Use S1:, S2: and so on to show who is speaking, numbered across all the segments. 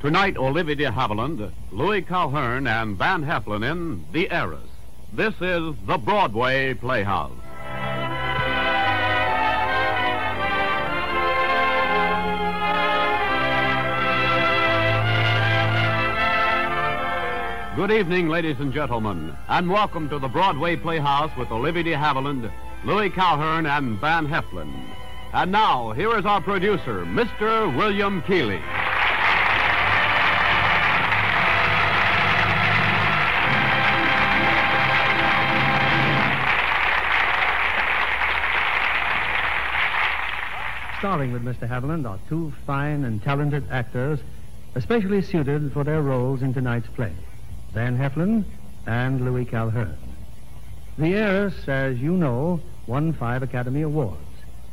S1: Tonight, Olivia de Havilland, Louis Calhern, and Van Heflin in The Heiress. This is the Broadway Playhouse. Good evening, ladies and gentlemen, and welcome to the Broadway Playhouse with Olivia de Havilland, Louis Calhern, and Van Heflin. And now, here is our producer, Mr. William Keeley.
S2: Starring with Mr. Haviland are two fine and talented actors, especially suited for their roles in tonight's play Van Heflin and Louis Calhern. The heiress, as you know, won five Academy Awards,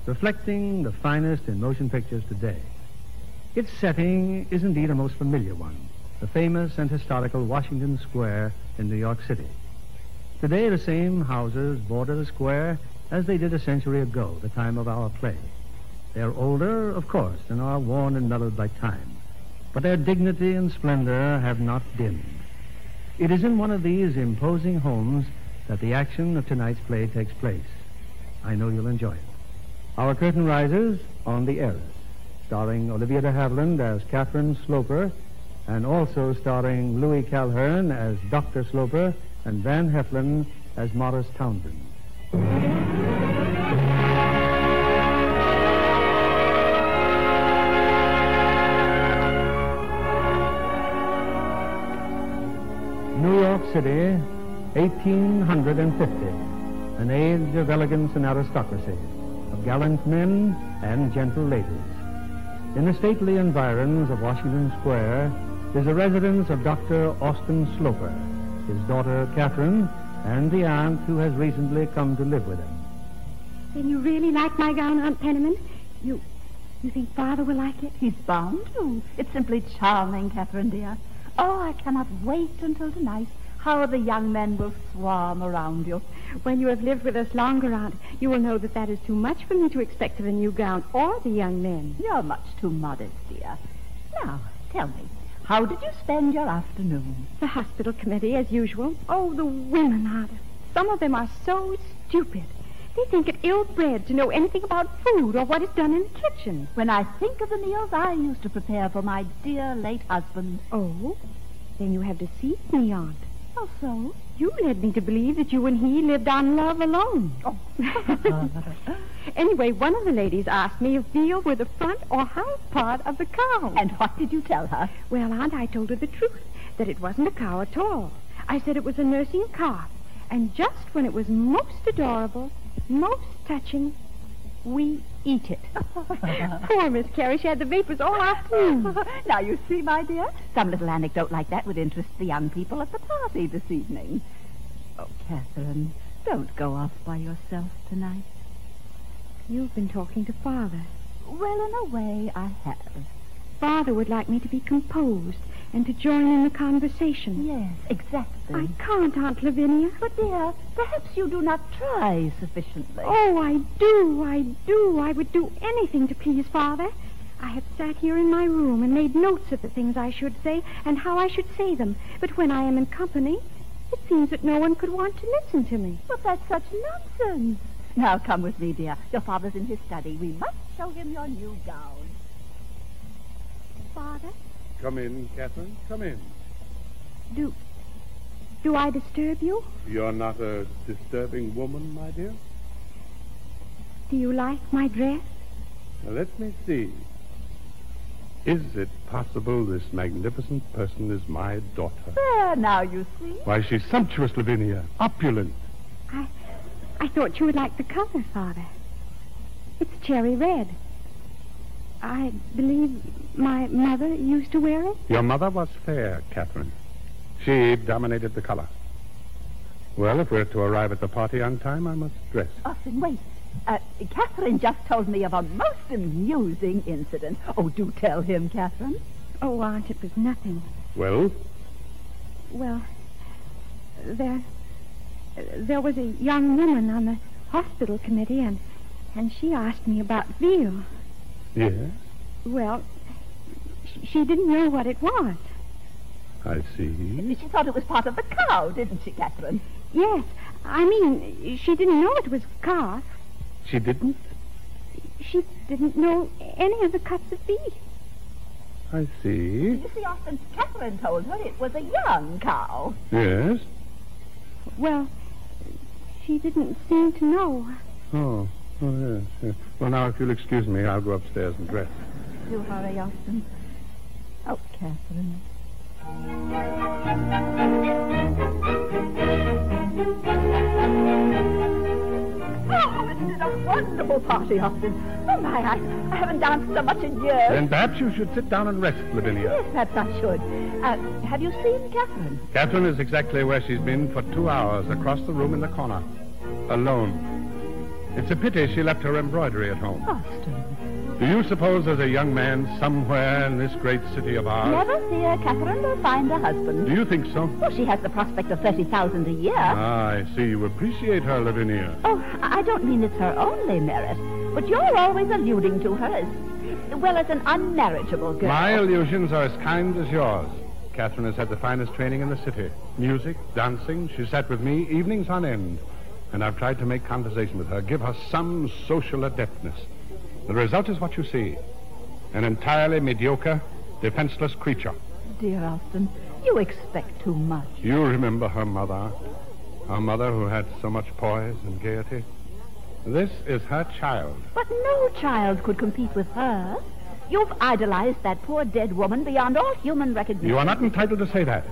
S2: reflecting the finest in motion pictures today. Its setting is indeed a most familiar one the famous and historical Washington Square in New York City. Today, the same houses border the square as they did a century ago, the time of our play. They're older, of course, and are worn and mellowed by time. But their dignity and splendor have not dimmed. It is in one of these imposing homes that the action of tonight's play takes place. I know you'll enjoy it. Our curtain rises on The Heiress, starring Olivia de Havilland as Catherine Sloper, and also starring Louis Calhern as Dr. Sloper and Van Heflin as Morris Townsend. New York City, 1850. An age of elegance and aristocracy, of gallant men and gentle ladies. In the stately environs of Washington Square is the residence of Dr. Austin Sloper, his daughter Catherine, and the aunt who has recently come to live with him.
S3: Then you really like my gown, Aunt Penniman? You you think Father will like it?
S4: He's bound to. It's simply charming, Catherine dear. Oh, I cannot wait until tonight. How the young men will swarm around you.
S3: When you have lived with us longer, Aunt, you will know that that is too much for me to expect of a new gown or the young men.
S4: You're much too modest, dear. Now, tell me, how did you spend your afternoon?
S3: The hospital committee, as usual. Oh, the women, Aunt. Some of them are so stupid. They think it ill bred to know anything about food or what is done in the kitchen.
S4: When I think of the meals I used to prepare for my dear late husband.
S3: Oh, then you have deceived me, Aunt.
S4: How Oh, so?
S3: You led me to believe that you and he lived on love alone.
S4: Oh.
S3: anyway, one of the ladies asked me if veal were the front or hind part of the cow.
S4: And what did you tell her?
S3: Well, Aunt, I told her the truth, that it wasn't a cow at all. I said it was a nursing calf. And just when it was most adorable, most touching, we eat it. Poor Miss Carey, she had the vapors all
S4: Hmm.
S3: afternoon.
S4: now, you see, my dear, some little anecdote like that would interest the young people at the party this evening. Oh, Catherine, don't go off by yourself tonight.
S3: You've been talking to Father.
S4: Well, in a way, I have.
S3: Father would like me to be composed and to join in the conversation.
S4: Yes, exactly.
S3: I can't, Aunt Lavinia.
S4: But, dear, perhaps you do not try sufficiently.
S3: Oh, I do, I do. I would do anything to please Father. I have sat here in my room and made notes of the things I should say and how I should say them. But when I am in company, it seems that no one could want to listen to me.
S4: But that's such nonsense. Now, come with me, dear. Your father's in his study. We must show him your new gown.
S3: Father,
S5: Come in, Catherine. Come in.
S3: do do I disturb you?
S5: You're not a disturbing woman, my dear.
S3: Do you like my dress?
S5: Now, let me see. Is it possible this magnificent person is my daughter?
S4: There, now, you see.
S5: Why, she's sumptuous, Lavinia. Opulent.
S3: I I thought you would like the color, Father. It's cherry red. I believe my mother used to wear it.
S5: Your mother was fair, Catherine. She dominated the color. Well, if we're to arrive at the party on time, I must dress.
S4: Austin, Oh, wait. Uh, Catherine just told me of a most amusing incident. Oh, do tell him, Catherine.
S3: Oh, Aunt, it was nothing.
S5: Well,
S3: Well, there, there was a young woman on the hospital committee, and and she asked me about veal.
S5: yes.
S3: Well, She didn't know what it was.
S1: I see.
S4: She thought it was part of the cow, didn't she, Catherine?
S3: Yes, I mean, she didn't know it was calf.
S1: She didn't?
S3: She didn't know any of the cuts of beef.
S1: I see.
S4: You see, often Catherine told her it was a young cow.
S1: Yes.
S3: Well, she didn't seem to know.
S1: Oh. Oh, yes, yes. Well, now, if you'll excuse me, I'll go upstairs and dress.
S4: Do hurry, Austin. Oh, Catherine. Oh, isn't it a wonderful party, Austin? Oh, my, I, I haven't danced so much in years.
S1: Then perhaps you should sit down and rest, Lavinia.
S4: Yes, perhaps I should. Uh, have you seen Catherine?
S1: Catherine is exactly where she's been for two hours, across the room in the corner. Alone. It's a pity she left her embroidery at home.
S4: Austin.
S1: Do you suppose there's a young man somewhere in this great city of ours?
S4: Never fear, Catherine will find a husband.
S1: Do you think so?
S4: Well, she has the prospect of 30000 a year.
S1: Ah, I see. You appreciate her, Lavinia.
S4: Oh, I I don't mean it's her only merit, but you're always alluding to her as, well, as an unmarriageable girl.
S1: My illusions are as kind as yours. Catherine has had the finest training in the city. Music, dancing. She sat with me evenings on end. And I've tried to make conversation with her, give her some social adeptness. The result is what you see an entirely mediocre, defenseless creature.
S4: Oh, Dear Austin, you expect too much.
S1: You remember her mother, her mother who had so much poise and gaiety. This is her child.
S4: But no child could compete with her. You've idolized that poor dead woman beyond all human recognition.
S1: You are not entitled to say that.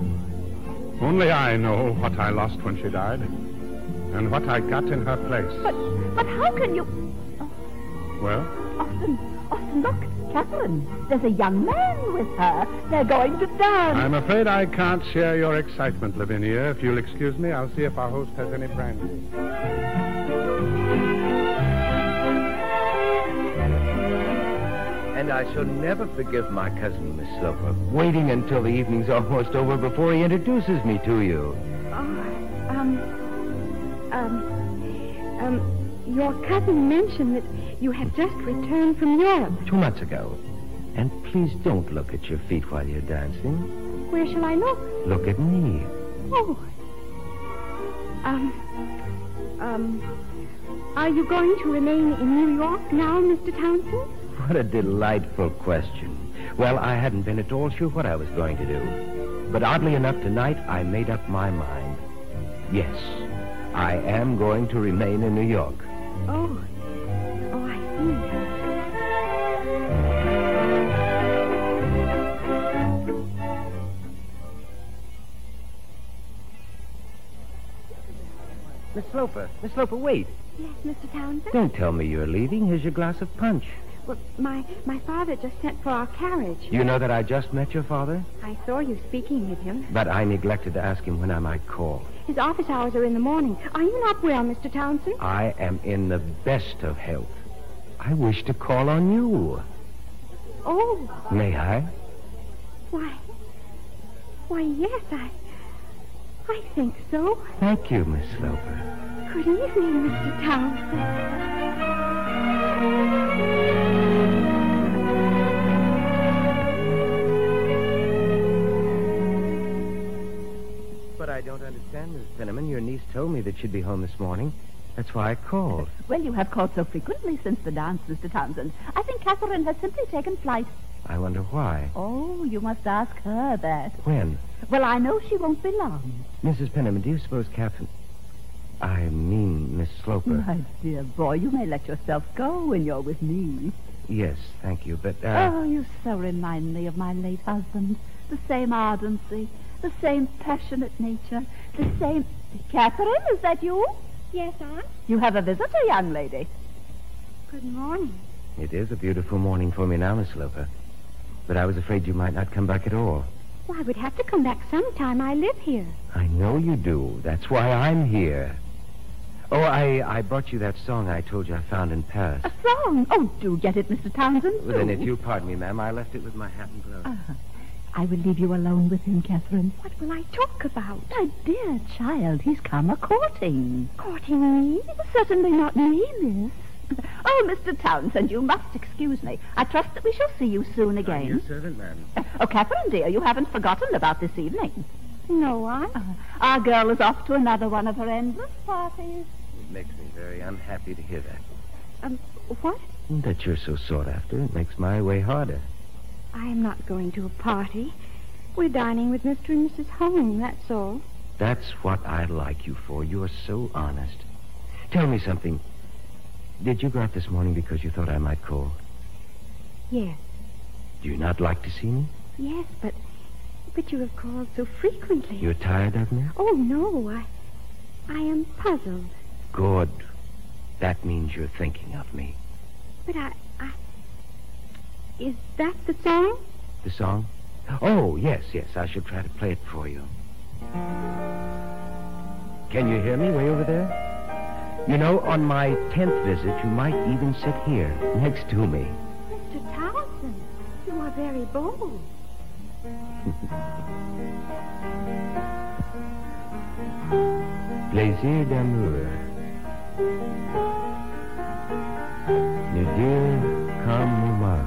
S1: Only I know what I lost when she died and what I got in her place.
S4: But, but how can you...
S1: Well,
S4: Austin, Austin, look, Catherine, there's a young man with her. They're going to dance.
S1: I'm afraid I can't share your excitement, Lavinia. If you'll excuse me, I'll see if our host has any brandy.
S2: And I shall never forgive my cousin, Miss Sloper, waiting until the evening's almost over before he introduces me to you.
S3: Oh, um, um, um, your cousin mentioned that you had just returned from Europe.
S2: Two months ago. And please don't look at your feet while you're dancing.
S3: Where shall I look?
S2: Look at me.
S3: Oh. Um, um, are you going to remain in New York now, Mr. Townsend?
S2: What a delightful question. Well, I hadn't been at all sure what I was going to do. But oddly enough, tonight I made up my mind. Yes, I am going to remain in New York.
S3: Oh. Oh, I
S2: Miss Sloper, Miss Sloper, wait.
S3: see. Yes, Mr. Townsend?
S2: Don't tell me you're leaving. Here's your glass of punch.
S3: Well, my, my father just sent for our carriage.
S2: You know that I just met your father?
S3: I saw you speaking with him.
S2: But I neglected to ask him when I might call.
S3: His office hours are in the morning. Are you not well, Mr. Townsend?
S2: I am in the best of health. I wish to call on you.
S3: Oh,
S2: May I?
S3: why. Why, yes, I. I think so.
S2: Thank you, Miss Sloper.
S3: Good evening, Mr. Townsend.
S2: But I don't understand, Miss Finneman. Your niece told me that she'd be home this morning. That's why I called.
S4: Well, you have called so frequently since the dance, Mr. Townsend. I think Catherine has simply taken flight.
S2: I wonder why.
S4: Oh, you must ask her that.
S2: When?
S4: Well, I know she won't be long.
S2: Mrs. Penniman, do you suppose Captain... I mean, Miss Sloper.
S4: My dear boy, you may let yourself go when you're with me.
S2: Yes, thank you, but... Uh,
S4: Oh, you so remind me of my late husband. The same ardency, the same passionate nature, the same. Catherine, is that you?
S3: Yes, Aunt.
S4: You have a visitor, young lady.
S3: Good morning.
S2: It is a beautiful morning for me now, Miss Sloper. But I was afraid you might not come back at all.
S3: Well, I would have to come back sometime. I live here.
S2: I know you do. That's why I'm here. Oh, I, I brought you that song I told you I found in Paris.
S4: A song. Oh, do get it, Mr. Townsend.
S2: Well, then,
S4: do.
S2: if you'll pardon me, ma'am, I left it with my hat and gloves.
S4: I will leave you alone with him, Catherine.
S3: What will I talk about?
S4: My dear child, he's come a courting.
S3: Courting me?
S4: Certainly not me, miss. Oh, Mr. Townsend, you must excuse me. I trust that we shall see you soon again.
S2: servant, madam.
S4: Oh, Catherine, dear, you haven't forgotten about this evening.
S3: No, I.
S4: Our girl is off to another one of her endless parties.
S2: It makes me very unhappy to hear that. Oh,
S3: Um, what?
S2: That you're so sought after, it makes my way harder.
S3: I am not going to a party. We're dining with Mr. and Mrs. Home, that's all.
S2: That's what I like you for. You're so honest. Tell me something. Did you go out this morning because you thought I might call?
S3: Yes,
S2: Do you not like to see me?
S3: yes, but. But you have called so frequently.
S2: You're tired of me?
S3: Oh, no, I. I am puzzled.
S2: Good. That means you're thinking of me.
S3: But I. I. Is that the song?
S2: The song? Oh, yes, yes. I shall try to play it for you. Can you hear me way over there? You know, on my tenth visit, you might even sit here next to me.
S3: Mr. Townsend, you are very bold.
S2: Plaisir d'amour. Ne Dieu comme moi.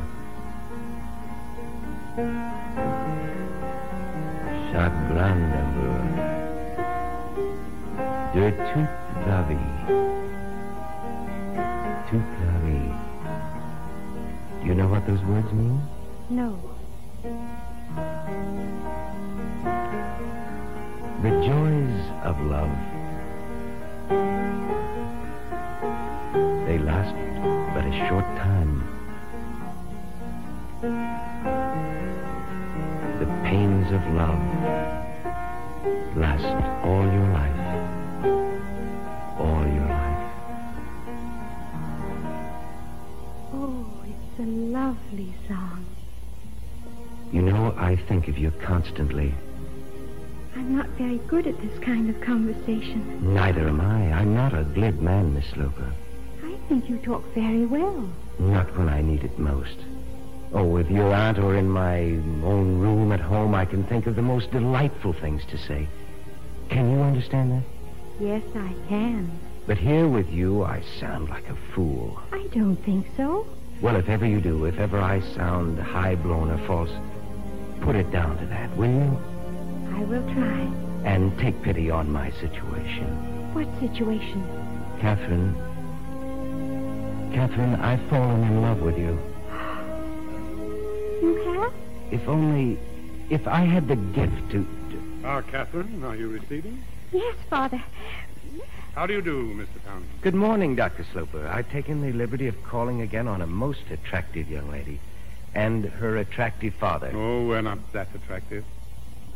S2: Chagrin d'amour. De toute la vie. Toute la vie. Do you know what those words mean?
S3: No.
S2: The joys of love. They last but a short time. The pains of love last all your life. All your life.
S3: Oh, it's a lovely song.
S2: You know, I think of you constantly.
S3: I'm not very good at this kind of conversation.
S2: Neither am I. I'm not a glib man, Miss Sloper.
S3: I think you talk very well.
S2: Not when I need it most. Oh, with your aunt or in my own room at home, I can think of the most delightful things to say. Can you understand that?
S3: Yes, I can.
S2: But here with you, I sound like a fool.
S3: I don't think so.
S2: Well, if ever you do, if ever I sound high blown or false, put it down to that, will you?
S3: I will try.
S2: And take pity on my situation.
S3: What situation?
S2: Catherine. Catherine, I've fallen in love with you.
S3: You have?
S2: If only. If I had the gift to. to
S5: Ah, Catherine, are you receiving?
S3: Yes, Father.
S5: How do you do, Mr. Townsend?
S2: Good morning, Dr. Sloper. I've taken the liberty of calling again on a most attractive young lady and her attractive father.
S5: Oh, we're not that attractive.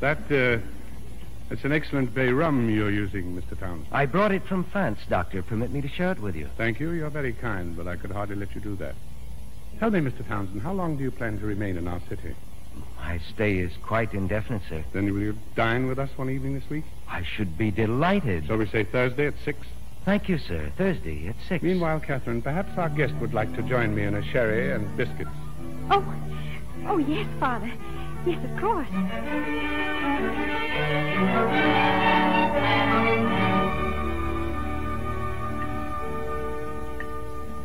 S5: That, uh, it's an excellent bay rum you're using, Mr. Townsend.
S2: I brought it from France, Doctor. Permit me to share it with you.
S5: Thank you. You're very kind, but I could hardly let you do that. Tell me, Mr. Townsend, how long do you plan to remain in our city?
S2: My stay is quite indefinite, sir.
S5: Then will you dine with us one evening this week?
S2: I should be delighted.
S5: So we say Thursday at six.
S2: Thank you, sir. Thursday at six.
S5: Meanwhile, Catherine, perhaps our guest would like to join me in a sherry and biscuits.
S3: Oh, oh yes, Father. Yes, of course.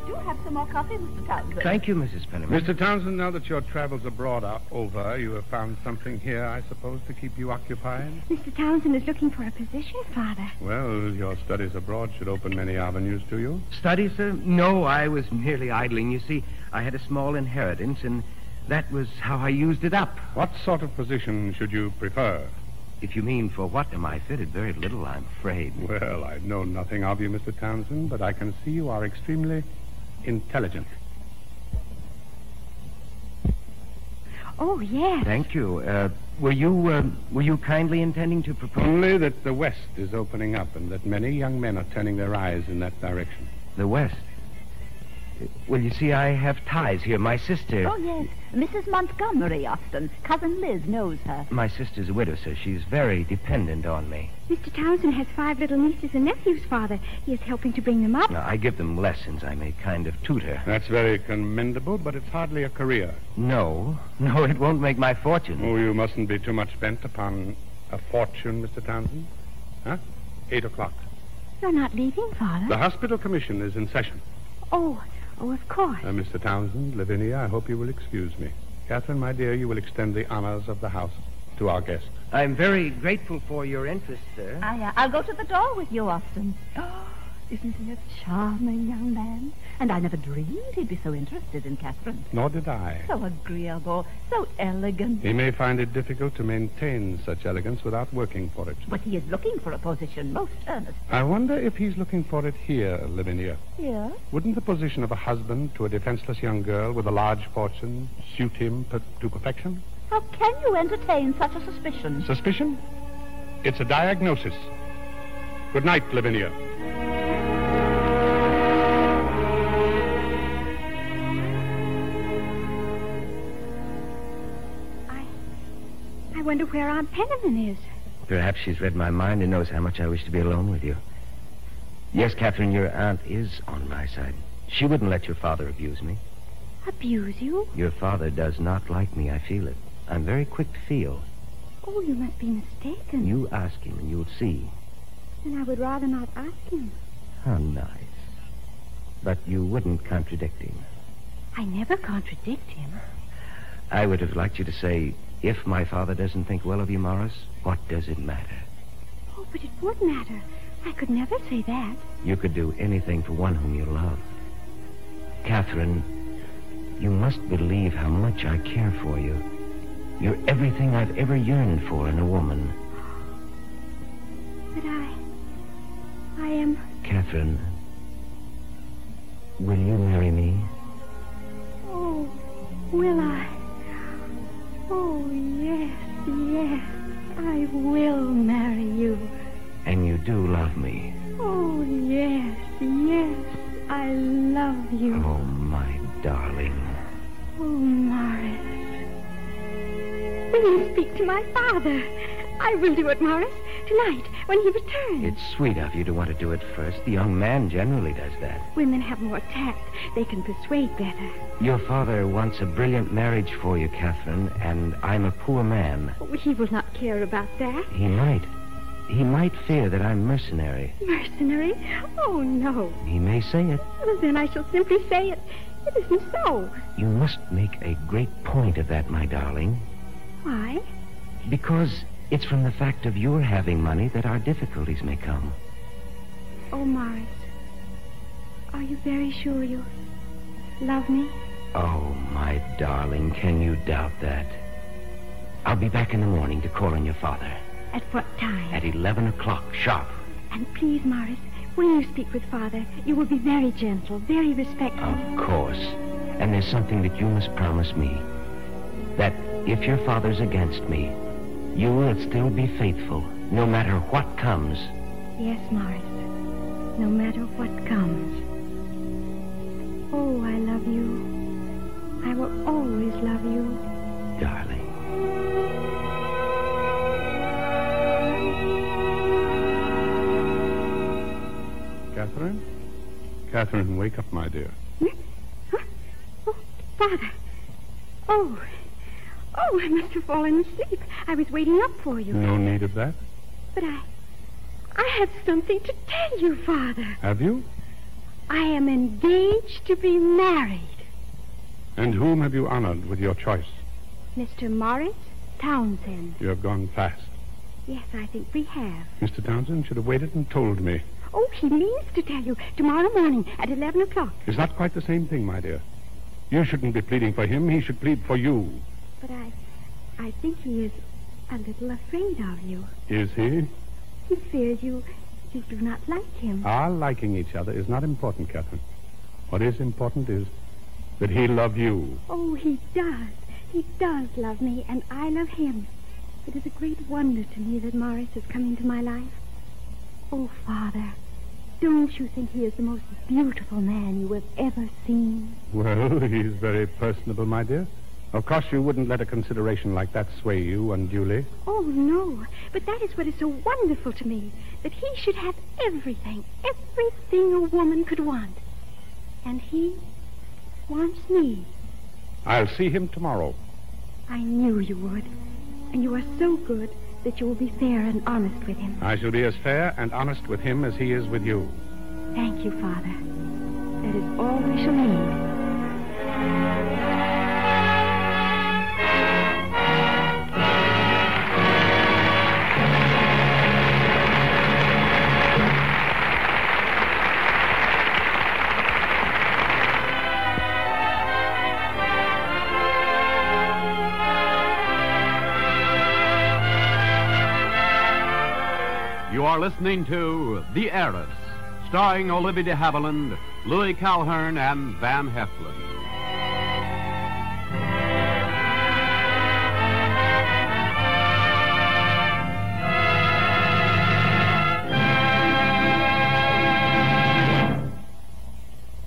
S4: Do have some more coffee, Mr. Townsend.
S2: thank you, Mrs. Penniman.
S5: Mr. Townsend, now that your travels abroad are over, you have found something here, I suppose, to keep you occupied?
S3: Mr. Townsend is looking for a position, Father.
S5: Well, your studies abroad should open many avenues to you.
S2: Study, sir? No, I was merely idling. You see, I had a small inheritance, and that was how I used it up.
S5: What sort of position should you prefer?
S2: If you mean for what am I fitted, very little, I'm afraid.
S5: Well, I know nothing of you, Mr. Townsend, but I can see you are extremely intelligent.
S3: Oh, yes.
S2: Thank you. Uh, were you uh, were you kindly intending to propose?
S5: Only that the West is opening up and that many young men are turning their eyes in that direction.
S2: The West. Uh, Well, you see, I have ties here. My sister.
S4: Oh, yes. Mrs. Montgomery Austin. Cousin Liz knows her.
S2: My sister's a widow, sir. She's very dependent on me.
S3: Mr. Townsend has five little nieces and nephews, Father. He is helping to bring them up.
S2: Now, I give them lessons. I'm a kind of tutor.
S5: That's very commendable, but it's hardly a career.
S2: No, no, it won't make my fortune.
S5: Oh, you mustn't be too much bent upon a fortune, Mr. Townsend. Huh? Eight o'clock.
S3: You're not leaving, Father.
S5: The hospital commission is in session.
S3: Oh, Oh, of course.
S5: Uh, Mr. Townsend, Lavinia, I hope you will excuse me. Catherine, my dear, you will extend the honors of the house to our guest.
S6: I'm very grateful for your interest, sir.
S4: I, uh, I'll go to the door with you, Austin. Oh, isn't he a charming young man? And I never dreamed he'd be so interested in Catherine.
S5: Nor did I.
S4: So agreeable, so elegant.
S5: He may find it difficult to maintain such elegance without working for it.
S4: But he is looking for a position most earnest.
S5: I wonder if he's looking for it here, Lavinia.
S4: Yeah?
S5: Wouldn't the position of a husband to a defenseless young girl with a large fortune suit him per- to perfection?
S4: How can you entertain such a suspicion?
S5: Suspicion? It's a diagnosis. Good night, Lavinia.
S3: I. I wonder where Aunt Penniman is.
S6: Perhaps she's read my mind and knows how much I wish to be alone with you. Yes, Catherine, your aunt is on my side. She wouldn't let your father abuse me.
S3: Abuse you?
S6: Your father does not like me, I feel it. I'm very quick to feel.
S3: Oh, you must be mistaken.
S6: You ask him and you'll see.
S3: Then I would rather not ask him.
S6: How nice. But you wouldn't contradict him.
S3: I never contradict him.
S6: I would have liked you to say, if my father doesn't think well of you, Morris, what does it matter?
S3: Oh, but it would matter. I could never say that.
S6: You could do anything for one whom you love. Catherine, you must believe how much I care for you. You're everything I've ever yearned for in a woman.
S3: But I. I am.
S6: Catherine, will you marry me?
S3: Oh, will I? Oh, yes, yes. I will marry you.
S6: And you do love me.
S3: Oh, yes, yes. I love you.
S6: Oh, my darling.
S3: Oh, Morris. Will you speak to my father? I will do it, Morris, tonight when he returns.
S6: It's sweet of you to want to do it first. The young man generally does that.
S3: Women have more tact. They can persuade better.
S6: Your father wants a brilliant marriage for you, Catherine, and I'm a poor man.
S3: Oh, he will not care about that.
S6: He might. He might fear that I'm mercenary.
S3: Mercenary? Oh, no.
S6: He may say it.
S3: Well, then I shall simply say it. It isn't so.
S6: You must make a great point of that, my darling,
S3: Why?
S6: because it's from the fact of your having money that our difficulties may come.
S3: Oh, Morris. Are you very sure you love me?
S6: Oh, my darling, can you doubt that? I'll be back in the morning to call on your father
S3: At what time?
S6: at 11 o'clock, sharp.
S3: And please, Morris, when you speak with Father, you will be very gentle, very respectful.
S6: Of course. And there's something that you must promise me. That if your father's against me, you will still be faithful, no matter what comes.
S3: Yes, Morris. No matter what comes. Oh, I love you. I will always love you.
S6: Darling.
S5: Catherine? Catherine, wake up, my dear.
S3: Oh, Father. Oh. Oh, I must have fallen asleep. I was waiting up for you.
S5: No need of that.
S3: But I. I have something to tell you, Father.
S5: Have you?
S3: I am engaged to be married.
S5: And whom have you honored with your choice?
S3: Mr. Morris Townsend.
S5: You have gone fast.
S3: Yes, I think we have.
S5: Mr. Townsend should have waited and told me.
S3: Oh, he means to tell you tomorrow morning at 11 o'clock.
S5: It's not quite the same thing, my dear. You shouldn't be pleading for him. He should plead for you.
S3: But I. I think he is a little afraid of you.
S5: Is he?
S3: He fears you. You do not like him.
S5: Our liking each other is not important, Catherine. What is important is that he love you.
S3: Oh, he does. He does love me, and I love him. It is a great wonder to me that Morris has come into my life. Oh, Father, don't you think he is the most beautiful man you have ever seen?
S5: Well, he's very personable, my dear. Of course, you wouldn't let a consideration like that sway you unduly.
S3: Oh, no. But that is what is so wonderful to me that he should have everything, everything a woman could want. And he wants me.
S5: I'll see him tomorrow.
S3: I knew you would. And you are so good that you will be fair and honest with him.
S5: I shall be as fair and honest with him as he is with you.
S3: Thank you, Father. That is all we shall need.
S1: You are listening to The Heiress, starring Olivia de Havilland, Louis Calhern, and Van Heflin.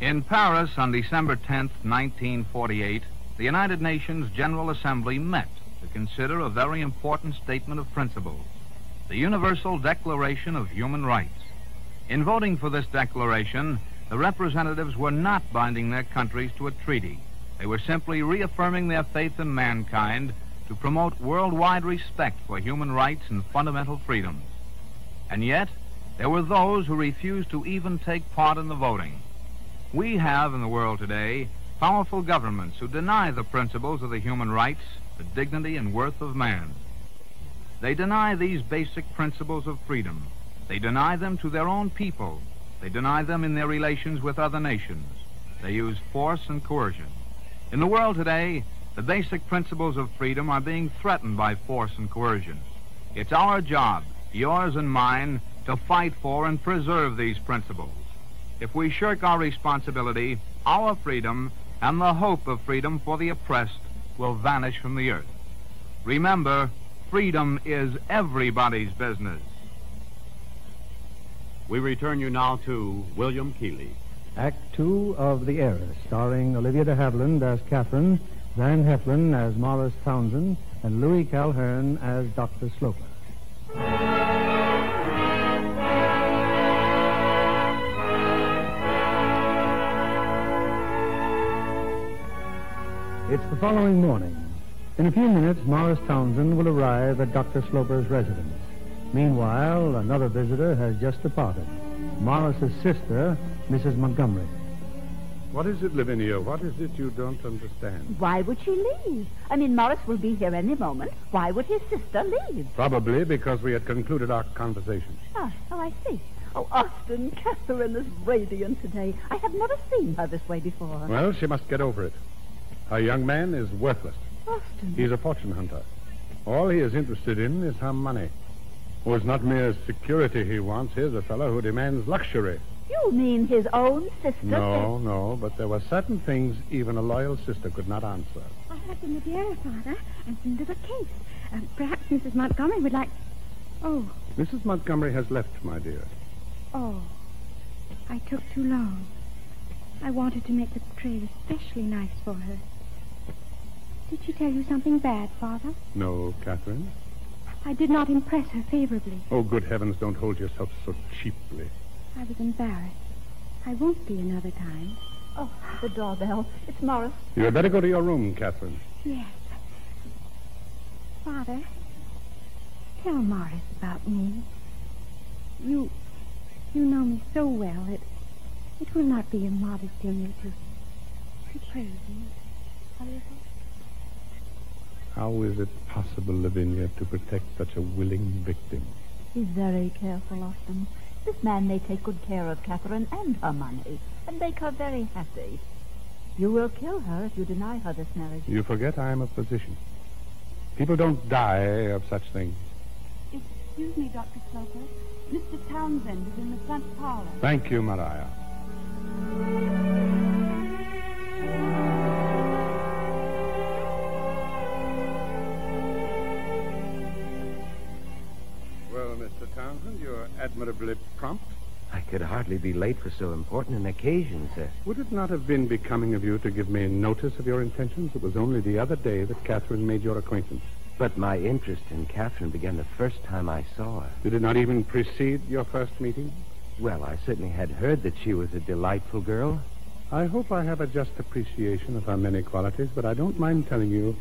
S7: In Paris on December 10, 1948, the United Nations General Assembly met to consider a very important statement of principles the Universal Declaration of Human Rights. In voting for this declaration, the representatives were not binding their countries to a treaty. They were simply reaffirming their faith in mankind to promote worldwide respect for human rights and fundamental freedoms. And yet, there were those who refused to even take part in the voting. We have in the world today powerful governments who deny the principles of the human rights, the dignity and worth of man. They deny these basic principles of freedom. They deny them to their own people. They deny them in their relations with other nations. They use force and coercion. In the world today, the basic principles of freedom are being threatened by force and coercion. It's our job, yours and mine, to fight for and preserve these principles. If we shirk our responsibility, our freedom, and the hope of freedom for the oppressed will vanish from the earth. Remember, freedom is everybody's business.
S1: We return you now to William Keeley.
S2: Act two of The Heiress, starring Olivia de Havilland as Catherine, Van Heflin as Morris Townsend, and Louis Calhern as Dr. Sloper. It's the following morning. In a few minutes, Morris Townsend will arrive at Dr. Sloper's residence. Meanwhile, another visitor has just departed. Morris's sister, Mrs. Montgomery.
S5: What is it, Lavinia? What is it you don't understand?
S4: Why would she leave? I mean, Morris will be here any moment. Why would his sister leave?
S5: Probably because we had concluded our conversation.
S4: Ah, oh, I see. Oh, Austin, Catherine is radiant today. I have never seen her this way before.
S5: Well, she must get over it. Her young man is worthless.
S4: Austin.
S5: He's a fortune hunter. All he is interested in is her money. Well, it's not mere security he wants. Here's a fellow who demands luxury.
S4: You mean his own sister?
S5: No, no, but there were certain things even a loyal sister could not answer.
S3: I have been with the air, Father, and seen to the case. Uh, perhaps Mrs. Montgomery would like. Oh,
S5: Mrs. Montgomery has left, my dear.
S3: oh. I took too long. I wanted to make the tray especially nice for her. Did she tell you something bad, Father?
S5: No, Catherine.
S3: I did not impress her favorably.
S5: Oh, good heavens, don't hold yourself so cheaply.
S3: I was embarrassed. I won't be another time.
S4: Oh, the doorbell. It's Morris.
S5: You had better go to your room, Catherine.
S3: Yes. Father, tell Morris about me. You you know me so well it it will not be immodest in you to to praise me. a little.
S5: How is it possible, Lavinia, to protect such a willing victim?
S4: He's very careful, Austin. This man may take good care of Catherine and her money and make her very happy. You will kill her if you deny her this marriage.
S5: You forget I am a physician. People don't die of such things.
S8: Excuse me, Dr. Sloper. Mr. Townsend is in the front parlor.
S5: Thank you, Maria. Well, Mr. Townsend, you're admirably prompt.
S6: I could hardly be late for so important an occasion, sir.
S5: Would it not have been becoming of you to give me notice of your intentions? It was only the other day that Catherine made your acquaintance.
S6: But my interest in Catherine began the first time I saw her.
S5: Did it not even precede your first meeting?
S6: Well, I certainly had heard that she was a delightful girl.
S5: I hope I have a just appreciation of her many qualities, but I don't mind telling you,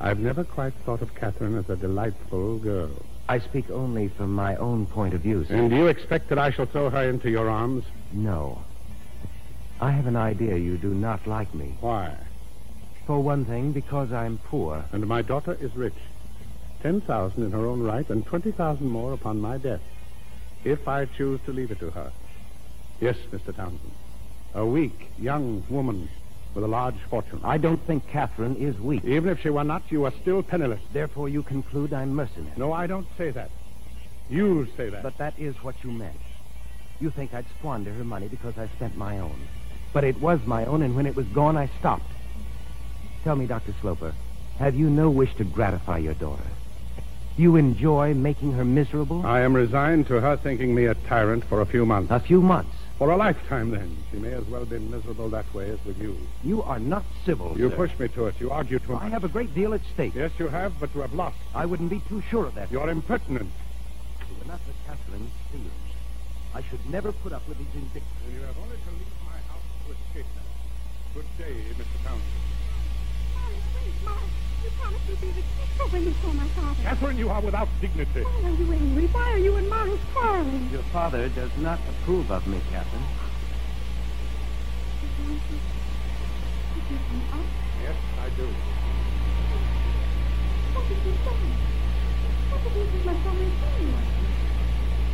S5: I've never quite thought of Catherine as a delightful girl.
S6: I speak only from my own point of view, sir.
S5: And do you expect that I shall throw her into your arms?
S6: No. I have an idea you do not like me.
S5: Why?
S6: For one thing, because I'm poor.
S5: And my daughter is rich. Ten thousand in her own right, and twenty thousand more upon my death, if I choose to leave it to her. Yes, Mr. Townsend. A weak young woman with a large fortune.
S6: I don't think Catherine is weak.
S5: Even if she were not, you are still penniless.
S6: Therefore, you conclude I'm mercenary.
S5: No, I don't say that. You say that.
S6: But that is what you meant. You think I'd squander her money because I spent my own. But it was my own, and when it was gone, I stopped. Tell me, Dr. Sloper, have you no wish to gratify your daughter? You enjoy making her miserable?
S5: I am resigned to her thinking me a tyrant for a few months.
S6: A few months.
S5: For a lifetime, then. She may as well be miserable that way as with you.
S6: You are not civil.
S5: You
S6: sir.
S5: push me to it. You argue to
S6: I
S5: it.
S6: have a great deal at stake.
S5: Yes, you have, but you have lost.
S6: I wouldn't be too sure of that.
S5: You're impertinent.
S6: You were not the Catherine's feelings. I should never put up with these indictments.
S5: And you have only to leave my house to escape that. Good day, Mr. Townsend.
S8: Molly, please, Molly. You promised you'd be respectful when you saw my father.
S5: Catherine, you are without dignity.
S8: Why are you angry? Why are you and Molly quarreling?
S6: Your father does not approve of me, Catherine.
S5: Yes, I do.
S8: What have you done? What have you done to my son and son?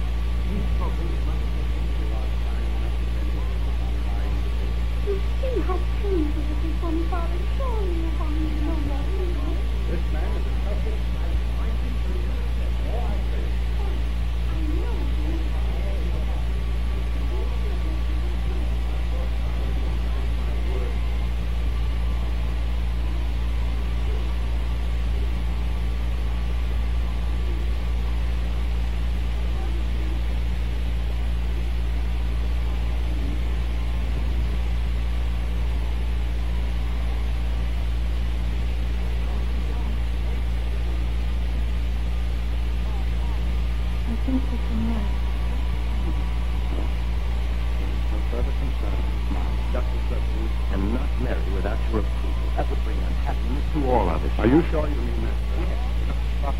S8: You see how painful it is for me, Father. Surely you want me to know that.
S5: This man is a perfect
S8: I think we can marry.
S6: No further concern. Dr. Slocum cannot marry without your approval. That would bring unhappiness to all of us.
S5: Are you sure you mean that?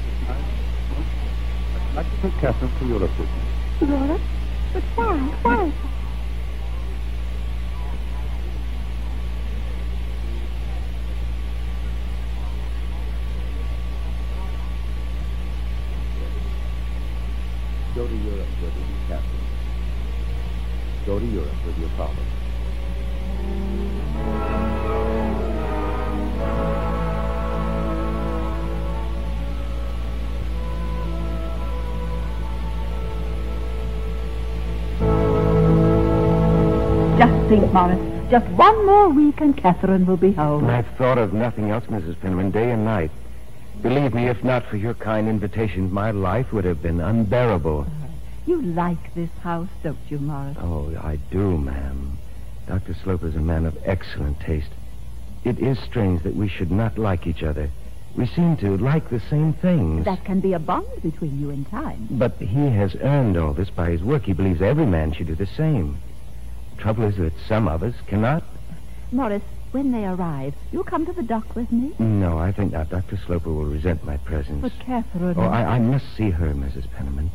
S5: I'd like to take Catherine to Europe with me.
S8: Laura? But why? Why?
S6: Go to Europe with him, Catherine. Go to Europe with your father.
S4: Just think, Morris. Just one more week and Catherine will be home.
S6: I've thought of nothing else, Mrs. Penniman, day and night. Believe me, if not for your kind invitation, my life would have been unbearable.
S4: You like this house, don't you, Morris?
S6: Oh, I do, ma'am. Dr. Slope is a man of excellent taste. It is strange that we should not like each other. We seem to like the same things.
S4: That can be a bond between you in time.
S6: But he has earned all this by his work. He believes every man should do the same. Trouble is that some of us cannot.
S4: Morris, when they arrive, you'll come to the dock with me?
S6: No, I think not. Dr. Sloper will resent my presence.
S4: But Catherine,
S6: Oh, I, I must see her, Mrs. Penniman.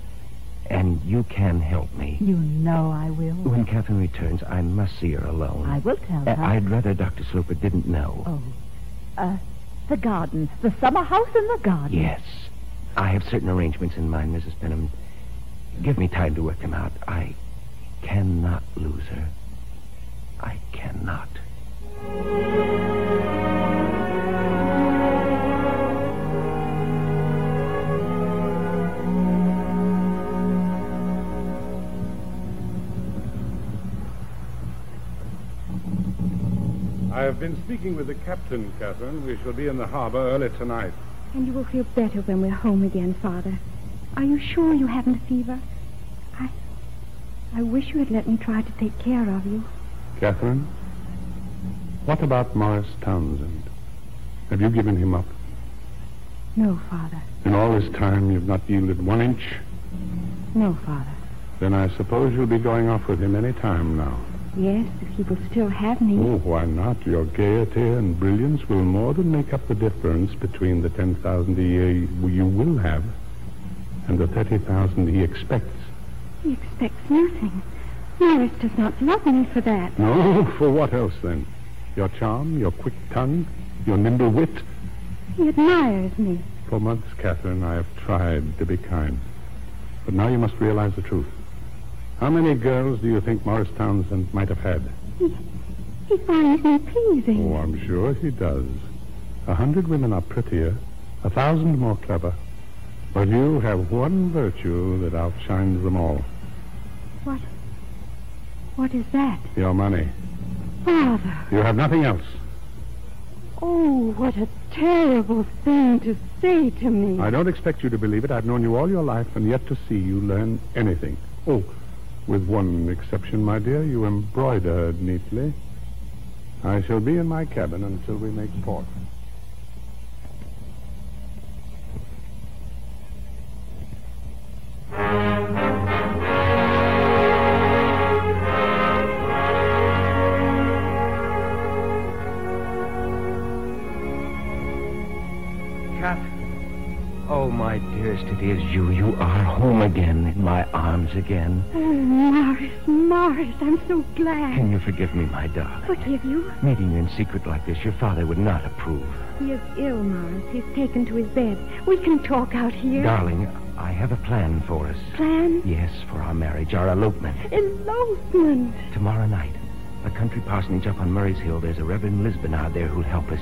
S6: And you can help me.
S4: you know I will.
S6: When Catherine returns, I must see her alone.
S4: I will tell her.
S6: Uh, I- I'd rather Dr. Sloper didn't know.
S4: Oh, uh, the garden, the summer house in the garden.
S6: Yes. I have certain arrangements in mind, Mrs. Penniman. Give me time to work them out. I cannot lose her. I cannot.
S5: I have been speaking with the captain, Catherine. We shall be in the harbor early tonight.
S3: And you will feel better when we're home again, Father. Are you sure you haven't a fever? I. I wish you had let me try to take care of you.
S5: Catherine? What about Morris Townsend? Have you given him up?
S3: No, Father.
S5: In all this time, you've not yielded one inch.
S3: No, Father.
S5: Then I suppose you'll be going off with him any time now.
S3: Yes, if he will still have me.
S5: Oh, why not? Your gaiety and brilliance will more than make up the difference between the 10,000 a year you will have and the 30,000 he expects.
S3: He expects nothing. Maris does not love me for that.
S5: No, for what else then? Your charm, your quick tongue, your nimble wit.
S3: He admires me.
S5: For months, Catherine, I have tried to be kind. But now you must realize the truth. How many girls do you think Morris Townsend might have had?
S3: He finds me pleasing.
S5: Oh, I'm sure he does. A hundred women are prettier, a thousand more clever. But you have one virtue that outshines them all
S3: What? What is that?
S5: your money.
S3: Father.
S5: You have nothing else.
S3: Oh, what a terrible thing to say to me.
S5: I don't expect you to believe it. I've known you all your life, and yet to see you learn anything. Oh, with one exception, my dear, you embroider neatly. I shall be in my cabin until we make port.
S6: Catherine. Oh, my dearest, it is you. You are home again, in my arms again.
S3: Oh, Morris, Morris, I'm so glad.
S6: Can you forgive me, my darling?
S3: Forgive you?
S6: Meeting you in secret like this, your father would not approve.
S3: He is ill, Morris. He's taken to his bed. We can talk out here.
S6: Darling, I have a plan for us.
S3: Plan?
S6: Yes, for our marriage, our elopement.
S3: Elopement.
S6: Tomorrow night, a country parsonage up on Murray's Hill. There's a Reverend Lisbon out there who'll help us.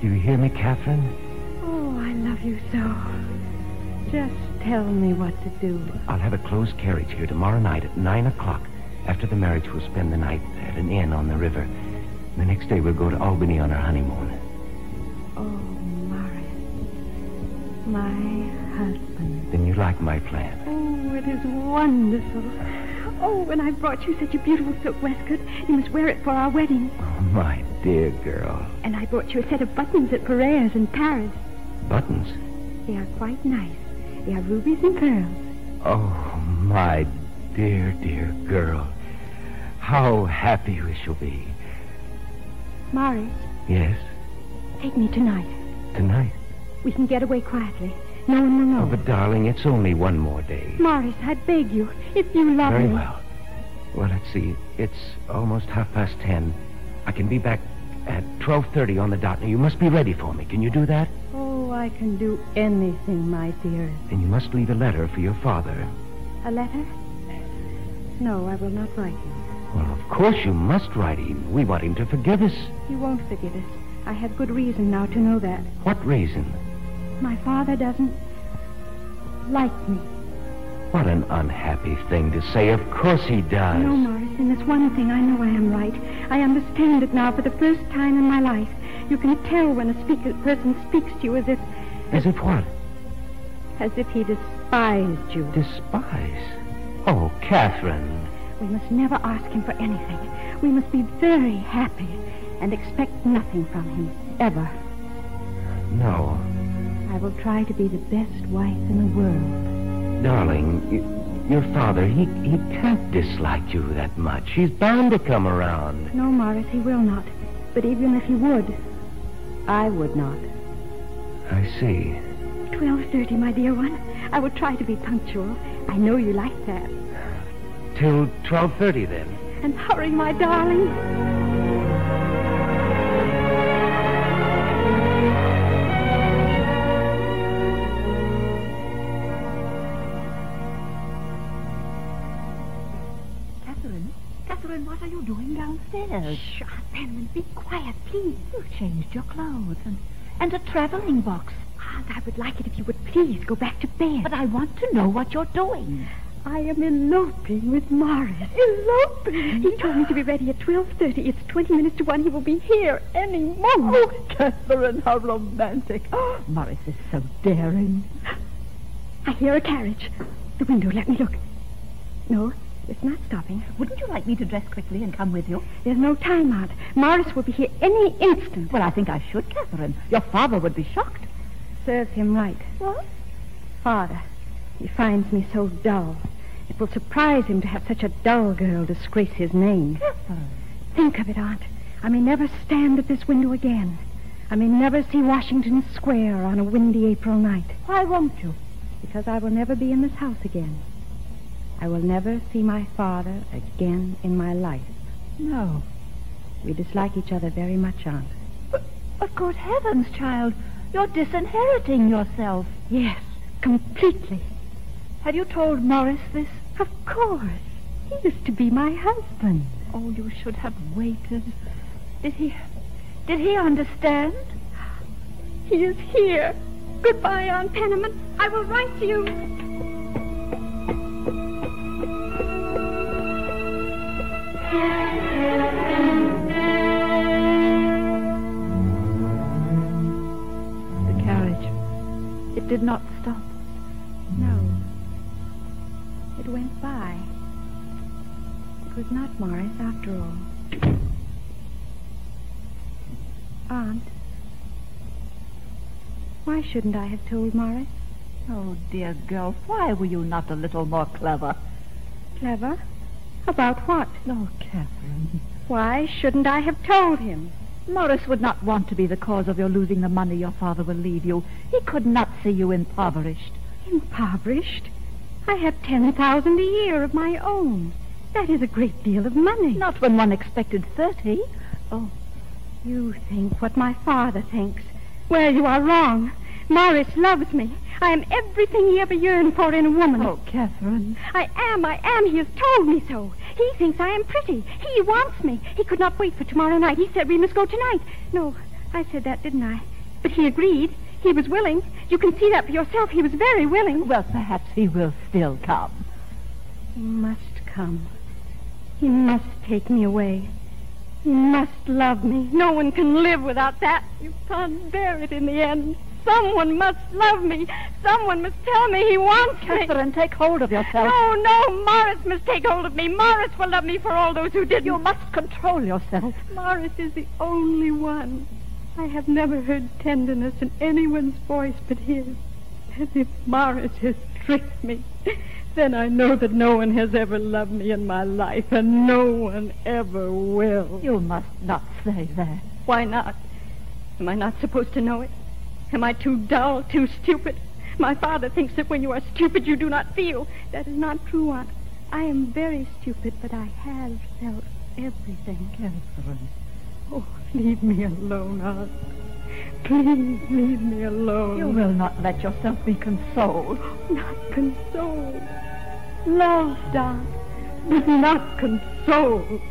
S6: Do you hear me, Catherine?
S3: Oh, I love you so. Just tell me what to do.
S6: I'll have a closed carriage here tomorrow night at nine o'clock. After the marriage, we'll spend the night at an inn on the river. The next day, we'll go to Albany on our honeymoon.
S3: Oh, Morris. My husband.
S6: Then you like my plan.
S3: Oh, it is wonderful. Oh, and I brought you such a beautiful silk waistcoat. You must wear it for our wedding.
S6: Oh, my dear girl.
S3: And I bought you a set of buttons at Piraeus in Paris.
S6: Buttons.
S3: They are quite nice. They are rubies and pearls.
S6: Oh, my dear, dear girl. How happy we shall be.
S3: Morris,
S6: Yes,
S3: take me tonight.
S6: tonight.
S3: We can get away quietly. No one will know.
S6: Oh, but darling, it's only one more day.
S3: Morris, I beg you, if you love
S6: Very
S3: me.
S6: well. Well, let's see. It's almost half past ten. I can be back at twelve thirty on the dot. Now you must be ready for me. Can you do that?
S3: Oh, I can do anything, my dearest.
S6: Then you must leave a letter for your father.
S3: A letter? No, I will not write him.
S6: Well, of course you must write him. We want him to forgive us.
S3: He won't forgive us. I have good reason now to know that.
S6: What reason?
S3: My father doesn't like me.
S6: What an unhappy thing to say. Of course he does.
S3: No, Morris, in this one thing I know I am right. I understand it now for the first time in my life. You can tell when a speaker, person speaks to you as if
S6: As if what?
S3: as if he despised you.
S6: Despise. Oh, Catherine.
S3: We must never ask him for anything. We must be very happy and expect nothing from him ever.
S6: No.
S3: I will try to be the best wife in the world.
S6: Darling, y- your father, he, he can't dislike you that much. He's bound to come around.
S3: No, Morris, he will not. But even if he would, I would not.
S6: I see.
S3: Twelve thirty, my dear one. I will try to be punctual. I know you like that.
S6: Till 12.30 then.
S3: And hurry, my darling.
S4: Catherine? Catherine, what are you doing downstairs?
S3: Shh, Aunt Penman, be quiet, please.
S4: You changed your clothes and, and a traveling box.
S3: Aunt, Ah, I would like it if you would please go back to bed.
S4: But I want to know what you're doing.
S3: I am eloping with Morris. Eloping? He told me to be ready at 12.30. It's 20 minutes to 1. He will be here any moment.
S4: Oh, Catherine, how romantic. Morris is so daring.
S3: I hear a carriage. The window, let me look. No, it's not stopping.
S4: Wouldn't you like me to dress quickly and come with you?
S3: There's no time, Aunt. Morris will be here any instant.
S4: Well, I think I should, Catherine. Your father would be shocked.
S3: Serves him right.
S4: What?
S3: Father, he finds me so dull. It will surprise him to have such a dull girl disgrace his name.
S4: Catherine.
S3: Think of it, Aunt. I may never stand at this window again. I may never see Washington Square on a windy April night
S4: Why won't you?
S3: because I will never be in this house again. I will never see my father again in my life.
S4: No.
S3: We dislike each other very much, Aunt.
S4: But good heavens, child, you're disinheriting yourself.
S3: Yes, completely.
S4: Have you told Morris this?
S3: Of course. He used to be my husband.
S4: Oh, you should have waited. Did he. Did he understand?
S3: He is here. Goodbye, Aunt Penniman. I will write to you.
S4: The carriage. It did not stop.
S3: No. It went by. It was not Morris after all. Aunt, why shouldn't I have told Morris?
S4: Oh, dear girl, why were you not a little more clever?
S3: Clever? About what?
S4: Oh, Catherine.
S3: Why shouldn't I have told him?
S4: Morris would not want to be the cause of your losing the money your father will leave you. He could not see you impoverished.
S3: Impoverished? I have ten thousand a year of my own. That is a great deal of money.
S4: Not when one expected thirty.
S3: You think what my father thinks. Well, you are wrong. Morris loves me. I am everything he ever yearned for in a woman.
S4: Oh, Catherine.
S3: I am, I am. He has told me so. He thinks I am pretty. He wants me. He could not wait for tomorrow night. He said we must go tonight. No, I said that, didn't I? But he agreed. He was willing. You can see that for yourself. He was very willing.
S4: Well, perhaps he will still come.
S3: He must come. He must take me away. He must love me. No one can live without that. You can't bear it in the end. Someone must love me. Someone must tell me he wants me.
S4: Catherine, take hold of yourself.
S3: No, no, Morris must take hold of me. Morris will love me for all those who didn't.
S4: You must control yourself.
S3: Morris is the only one. I have never heard tenderness in anyone's voice but his. As if Morris has tricked me. Then I know that no one has ever loved me in my life, and no one ever will.
S4: You must not say that.
S3: Why not? Am I not supposed to know it? Am I too dull, too stupid? My father thinks that when you are stupid, you do not feel. That is not true, Aunt. I am very stupid, but I have felt everything.
S4: Catherine.
S3: Oh, leave me alone, Aunt. Please leave me alone.
S4: You will not let yourself be consoled.
S3: not consoled. Loved, Aunt, but not consoled.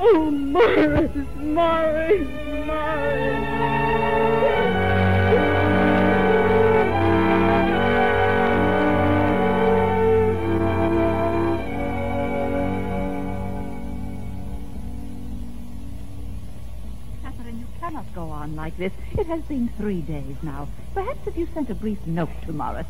S3: Oh, Morris, Morris, Morris.
S4: Catherine, you cannot go on like this. It has been three days now. Perhaps if you sent a brief note to Morris.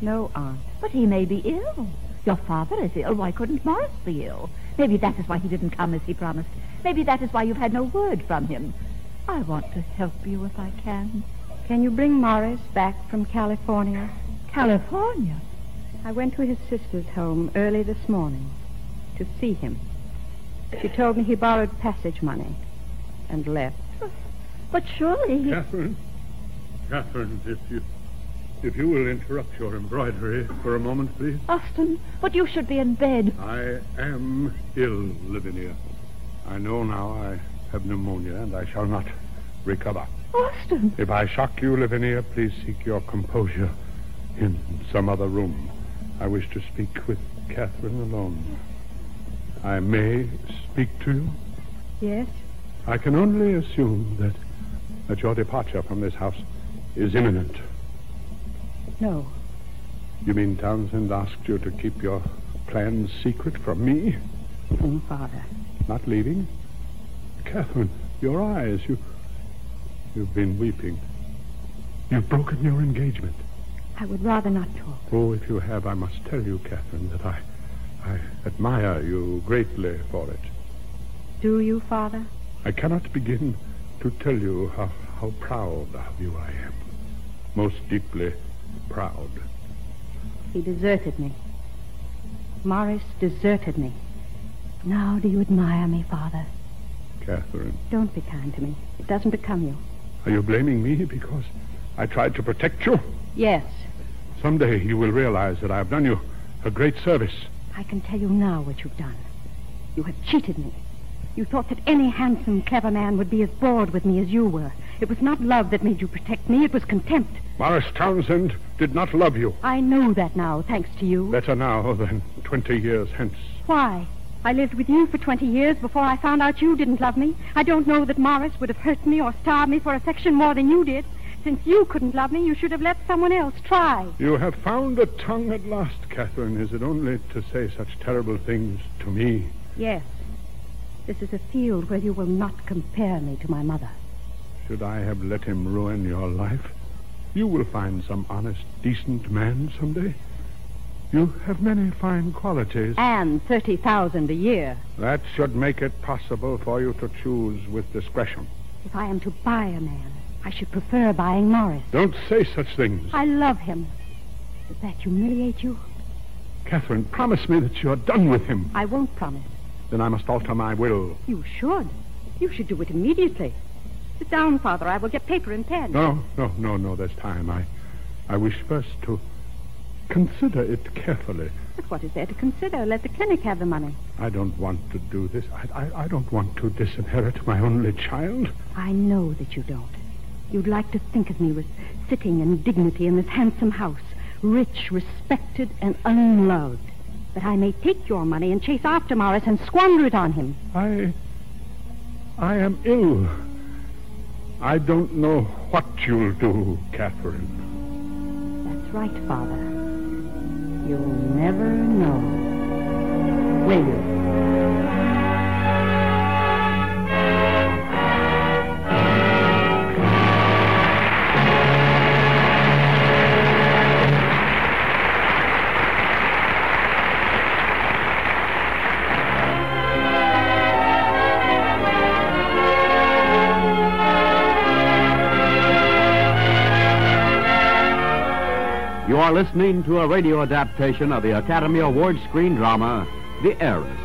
S3: No, Aunt.
S4: But he may be ill. Your father is ill. Why couldn't Morris be ill? Maybe that is why he didn't come as he promised. Maybe that is why you've had no word from him. I want to help you if I can.
S3: Can you bring Morris back from California?
S4: California?
S3: I went to his sister's home early this morning to see him. She told me he borrowed passage money and left.
S4: But surely he...
S5: Catherine? Catherine, if you. If you will interrupt your embroidery for a moment, please.
S4: Austin, but you should be in bed.
S5: I am ill, Lavinia. I know now I have pneumonia and I shall not recover.
S4: Austin!
S5: If I shock you, Lavinia, please seek your composure in some other room. I wish to speak with Catherine alone. I may speak to you.
S3: Yes?
S5: I can only assume that that your departure from this house is imminent.
S3: No.
S5: You mean Townsend asked you to keep your plans secret from me?
S3: From Father.
S5: Not leaving? Catherine, your eyes, you you've been weeping. You've broken your engagement.
S3: I would rather not talk.
S5: Oh, if you have, I must tell you, Catherine, that I I admire you greatly for it.
S3: Do you, Father?
S5: I cannot begin to tell you how, how proud of you I am. Most deeply proud.
S3: He deserted me. Morris deserted me. Now do you admire me, Father?
S5: Catherine,
S3: Don't be kind to me. It doesn't become you.
S5: are you blaming me because I tried to protect you?
S3: Yes.
S5: Someday you will realize that I have done you her great service.
S3: I can tell you now what you've done. You have cheated me. You thought that any handsome, clever man would be as bored with me as you were. It was not love that made you protect me, it was contempt.
S5: Morris Townsend did not love you.
S3: I know that now, thanks to you.
S5: Better now than 20 years hence.
S3: Why? I lived with you for 20 years before I found out you didn't love me. I don't know that Morris would have hurt me or starved me for affection more than you did. Since you couldn't love me, you should have let someone else try.
S5: You have found a tongue at last, Catherine. Is it only to say such terrible things to me?
S3: Yes. This is a field where you will not compare me to my mother.
S5: Should I have let him ruin your life? You will find some honest, decent man someday. You have many fine qualities.
S3: And 30,000 a year.
S5: That should make it possible for you to choose with discretion.
S3: If I am to buy a man, I should prefer buying Morris.
S5: Don't say such things.
S3: I love him. Does that humiliate you?
S5: Catherine, promise me that you are done with him.
S3: I won't promise.
S5: Then I must alter my will.
S3: You should. You should do it immediately. Sit down, Father. I will get paper and pen.
S5: No, no, no, no, there's time. I, I wish first to consider it carefully.
S3: But what is there to consider? Let the clinic have the money.
S5: I don't want to do this. I, I, I don't want to disinherit my only child.
S3: I know that you don't. You'd like to think of me with sitting and dignity in this handsome house, rich, respected, and unloved. That I may take your money and chase after Morris and squander it on him.
S5: I. I am ill. I don't know what you'll do, Catherine.
S3: That's right, Father. You'll never know. Will you?
S1: You are listening to a radio adaptation of the Academy Award screen drama, The Heiress.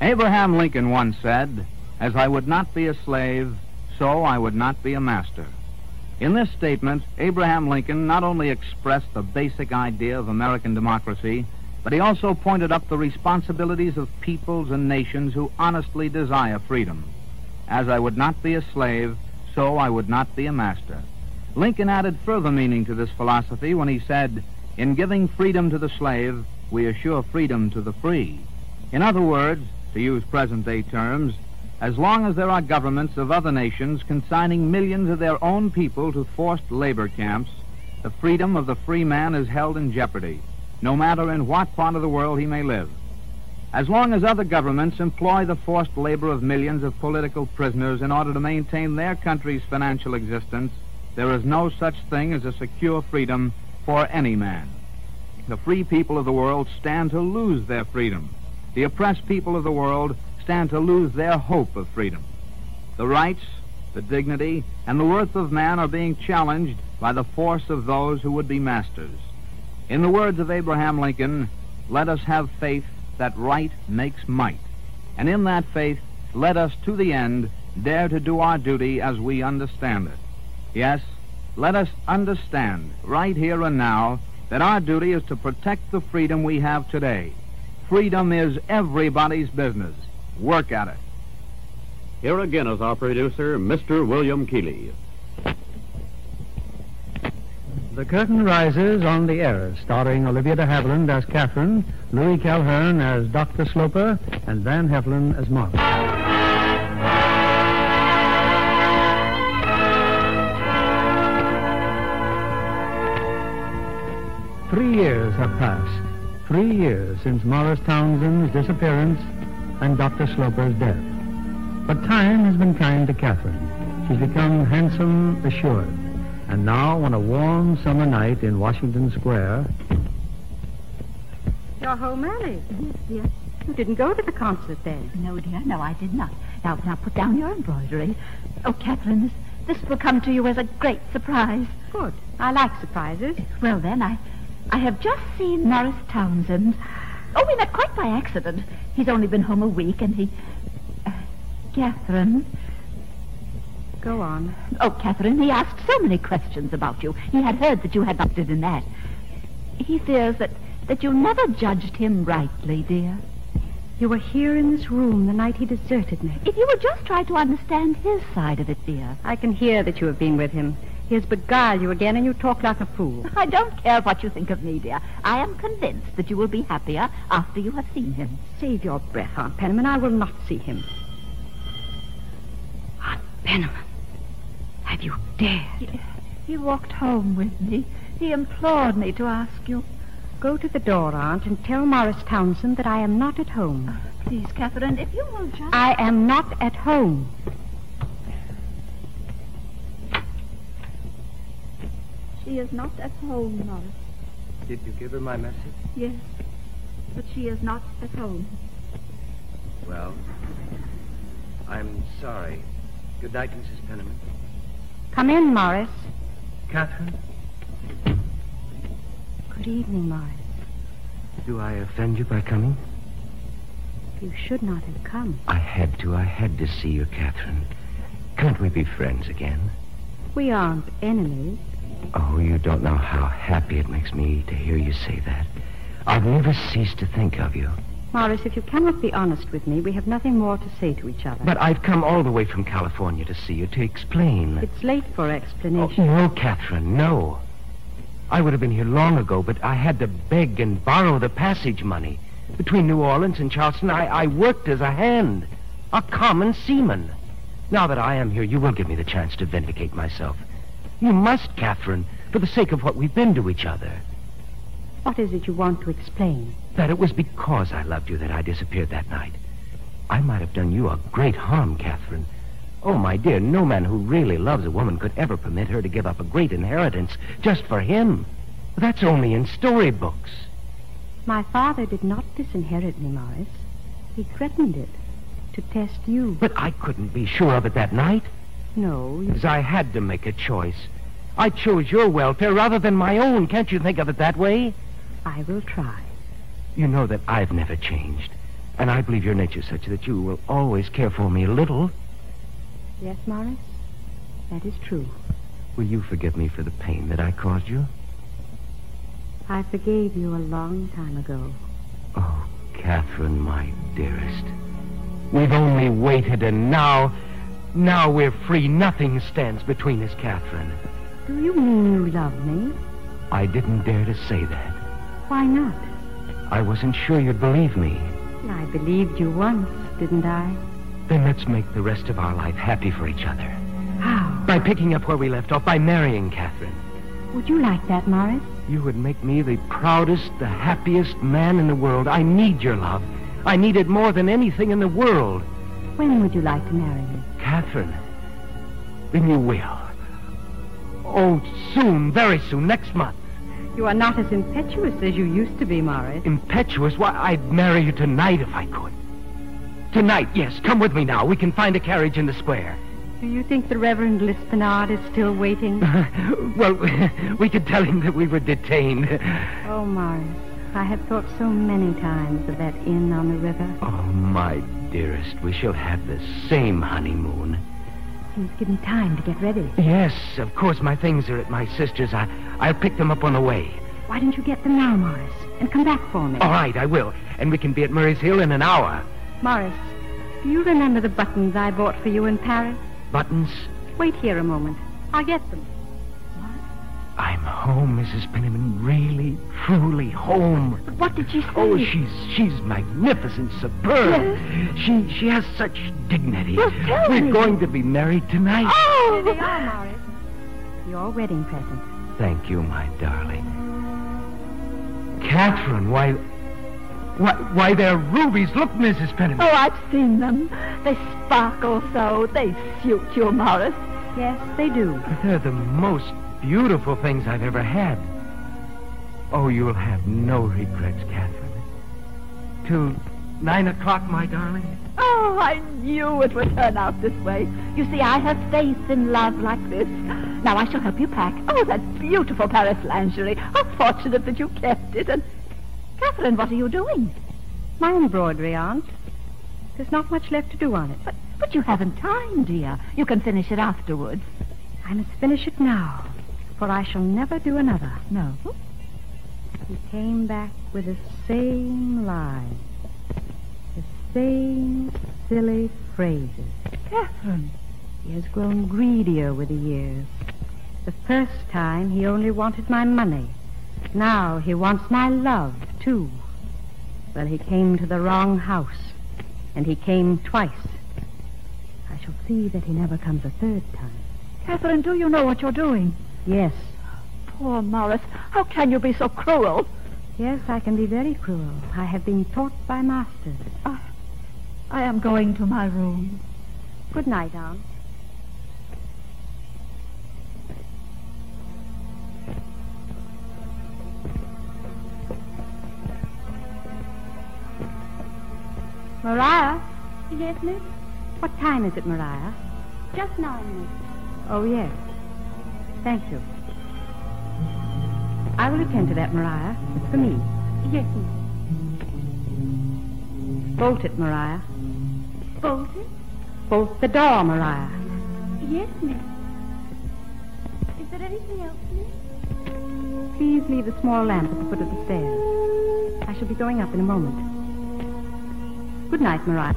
S7: Abraham Lincoln once said, As I would not be a slave, so I would not be a master. In this statement, Abraham Lincoln not only expressed the basic idea of American democracy, but he also pointed up the responsibilities of peoples and nations who honestly desire freedom. As I would not be a slave, so I would not be a master. Lincoln added further meaning to this philosophy when he said, In giving freedom to the slave, we assure freedom to the free. In other words, to use present day terms, as long as there are governments of other nations consigning millions of their own people to forced labor camps, the freedom of the free man is held in jeopardy, no matter in what part of the world he may live. As long as other governments employ the forced labor of millions of political prisoners in order to maintain their country's financial existence, there is no such thing as a secure freedom for any man. The free people of the world stand to lose their freedom. The oppressed people of the world stand to lose their hope of freedom. The rights, the dignity, and the worth of man are being challenged by the force of those who would be masters. In the words of Abraham Lincoln, let us have faith that right makes might. And in that faith, let us to the end dare to do our duty as we understand it. Yes, let us understand right here and now that our duty is to protect the freedom we have today. Freedom is everybody's business. Work at it.
S1: Here again is our producer, Mr. William Keeley.
S2: The curtain rises on The Heiress, starring Olivia de Havilland as Catherine, Louis Calhern as Dr. Sloper, and Van Heflin as Mark. Three years have passed. Three years since Morris Townsend's disappearance and Dr. Sloper's death. But time has been kind to Catherine. She's become handsome, assured. And now, on a warm summer night in Washington Square,
S3: You're home early.
S4: Yes, dear.
S3: You didn't go to the concert then.
S4: No, dear, no, I did not. Now, now put down your embroidery. Oh, Catherine, this, this will come to you as a great surprise.
S3: Good. I like surprises.
S4: Well, then, I, I have just seen Morris Townsend. Oh, we met quite by accident. He's only been home a week, and he. Uh, Catherine.
S3: Go on.
S4: Oh, Catherine, he asked so many questions about you. He had heard that you had opted in that. He fears that, that you never judged him rightly, dear.
S3: You were here in this room the night he deserted me.
S4: If you would just try to understand his side of it, dear.
S3: I can hear that you have been with him. He has beguiled you again, and you talk like a fool.
S4: I don't care what you think of me, dear. I am convinced that you will be happier after you have seen him.
S3: Save your breath, Aunt Penniman. I will not see him. Aunt Penniman, have you dared?
S4: He, he walked home with me. He implored me to ask you.
S3: Go to the door, Aunt, and tell Morris Townsend that I am not at home.
S4: Please, Catherine, if you will just.
S3: I am not at home.
S8: She is not at home, Morris.
S6: Did you give her my message?
S8: Yes, but she is not at home.
S6: Well, I'm sorry. Good night, Mrs. Penniman.
S3: Come in, Morris.
S6: Catherine,
S3: Good evening, Morris.
S6: do I offend you by coming?
S3: You should not have come.
S6: I had to. I had to see you, Catherine. Can't we be friends again?
S3: We aren't enemies.
S6: Oh, you don't know how happy it makes me to hear you say that. I've never ceased to think of you.
S3: Morris, if you cannot be honest with me, we have nothing more to say to each other.
S6: But I've come all the way from California to see you, to explain.
S3: It's late for
S6: Oh,
S3: explanation.
S6: no, Catherine, no. I would have been here long ago, but I had to beg and borrow the passage money. Between New Orleans and Charleston, I, I worked as a hand, a common seaman. Now that I am here, you will give me the chance to vindicate myself. You must, Catherine, for the sake of what we've been to each other.
S3: What is it you want to explain?
S6: That it was because I loved you that I disappeared that night. I might have done you a great harm, Catherine. Oh, my dear, no man who really loves a woman could ever permit her to give up a great inheritance just for him. That's only in storybooks.
S3: My father did not disinherit me, Morris. He threatened it to test you.
S6: But I couldn't be sure of it that night,
S3: No, you...
S6: as I had to make a choice. I chose your welfare rather than my own. Can't you think of it that way?
S3: I will try.
S6: You know that I've never changed. And I believe your nature's such that you will always care for me a little.
S3: Yes, Morris? That is true.
S6: Will you forgive me for the pain that I caused you?
S3: I forgave you a long time ago.
S6: Oh, Catherine, my dearest. We've only waited, and now. Now we're free. Nothing stands between us, Catherine.
S3: Do you mean you love me?
S6: I didn't dare to say that.
S3: Why not?
S6: I wasn't sure you'd believe me.
S3: I believed you once, didn't I?
S6: Then let's make the rest of our life happy for each other.
S3: How?
S6: By picking up where we left off, by marrying Catherine.
S3: Would you like that, Morris?
S6: You would make me the proudest, the happiest man in the world. I need your love. I need it more than anything in the world.
S3: When would you like to marry me?
S6: Catherine, then you will. Oh, soon, very soon, next month.
S3: You are not as impetuous as you used to be, Morris.
S6: Impetuous, why, I'd marry you tonight if I could. Tonight, yes. Come with me now. We can find a carriage in the square.
S3: Do you think the Reverend Lispinard is still waiting?
S6: well, we could tell him that we were detained.
S3: oh, Morris, I have thought so many times of that inn on the river.
S6: Oh, my dearest, we shall have the same honeymoon.
S3: Please give me time to get ready.
S6: Yes, of course, my things are at my sister's. I, I'll pick them up on the way.
S3: Why don't you get them now, Morris, and come back for me?
S6: All right, I will. And we can be at Murray's Hill in an hour.
S3: Morris, do you remember the buttons I bought for you in Paris?
S6: Buttons,
S3: Wait here a moment. I'll get them.
S6: I'm home, Mrs. Penniman. Really, truly home.
S4: What did she say?
S6: Oh, she's she's magnificent, superb. She she has such dignity.
S4: Well, tell
S6: We're
S4: me.
S6: going to be married tonight.
S4: Oh!
S3: Here they are, Morris. Your wedding present.
S6: Thank you, my darling. Catherine, why why why they're rubies. Look, Mrs. Penniman.
S4: Oh, I've seen them. They sparkle so. They suit you, Morris.
S3: Yes, they do.
S4: Oh.
S6: They're the most beautiful things I've ever had. Oh, you'll have no regrets, Catherine. Till nine o'clock, my darling.
S4: Oh, I knew it would turn out this way. You see, I have faith in love like this. Now I shall help you pack. Oh, that beautiful Paris lingerie. How fortunate that you kept it. And Catherine, what are you doing?
S3: My embroidery, Aunt. There's not much left to do on it.
S4: But, but you haven't time, dear. You can finish it afterwards.
S3: I must finish it now, for I shall never do another.
S4: No.
S3: He came back with the same lies, the same silly phrases.
S4: Catherine.
S3: He has grown greedier with the years. The first time he only wanted my money. Now he wants my love, too. Well, he came to the wrong house, and he came twice. I shall see that he never comes a third time.
S4: Catherine, do you know what you're doing?
S3: Yes,
S4: Poor Morris. How can you be so cruel?
S3: yes, I can be very cruel. I have been taught by masters.
S4: I am going to my room.
S3: Good night, Aunt. Mariah?
S8: Yes, miss?
S3: What time is it, Mariah?
S8: Just now, miss.
S3: Oh, yes. Thank you. I will attend to that, Mariah. It's for me.
S8: Yes, miss.
S3: Bolt it, Mariah.
S8: Bolted?
S3: Bolt the door, Mariah.
S8: Yes, miss. Is there anything else, miss?
S3: Please leave the small lamp at the foot of the stairs. I shall be going up in a moment. Good night, Mariah.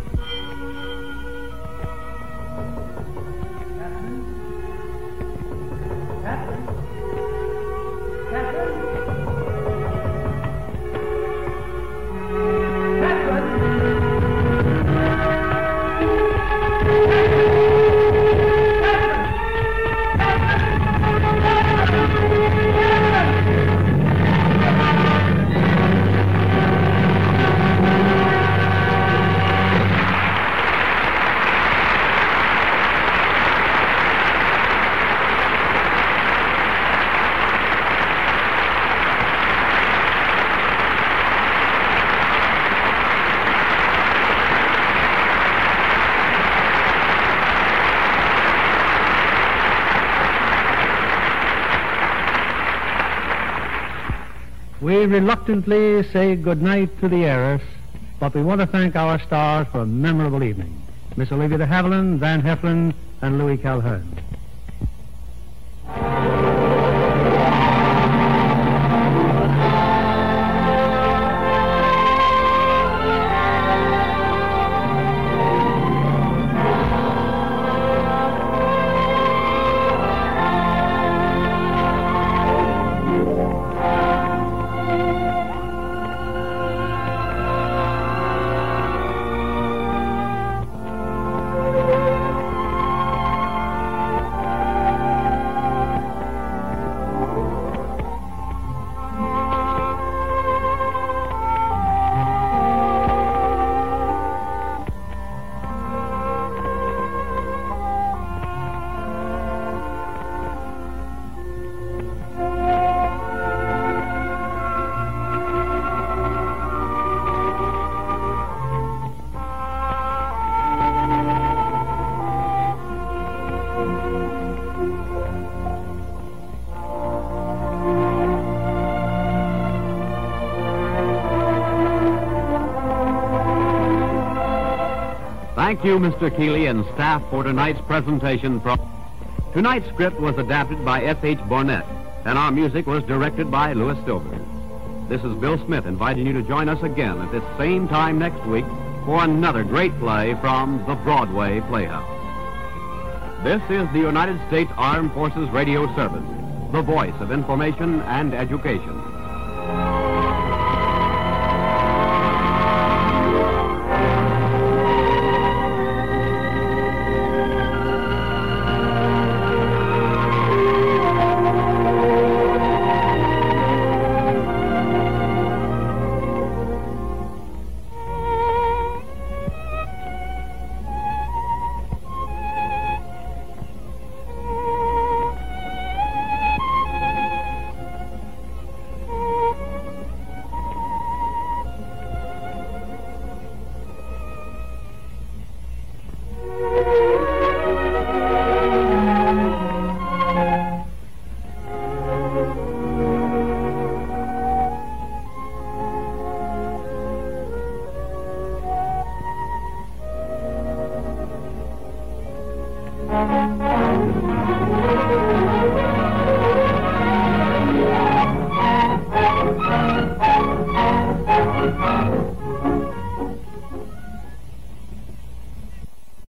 S2: We reluctantly say goodnight to the heiress, but we want to thank our stars for a memorable evening. Miss Olivia de Havilland, Van Heflin, and Louis Calhern.
S1: Thank you, Mr. Keeley and staff, for tonight's presentation from. Tonight's script was adapted by F.H. Barnett, and our music was directed by Louis Silver. This is Bill Smith inviting you to join us again at this same time next week for another great play from the Broadway Playhouse. This is the United States Armed Forces Radio Service, the voice of information and education. Thank you.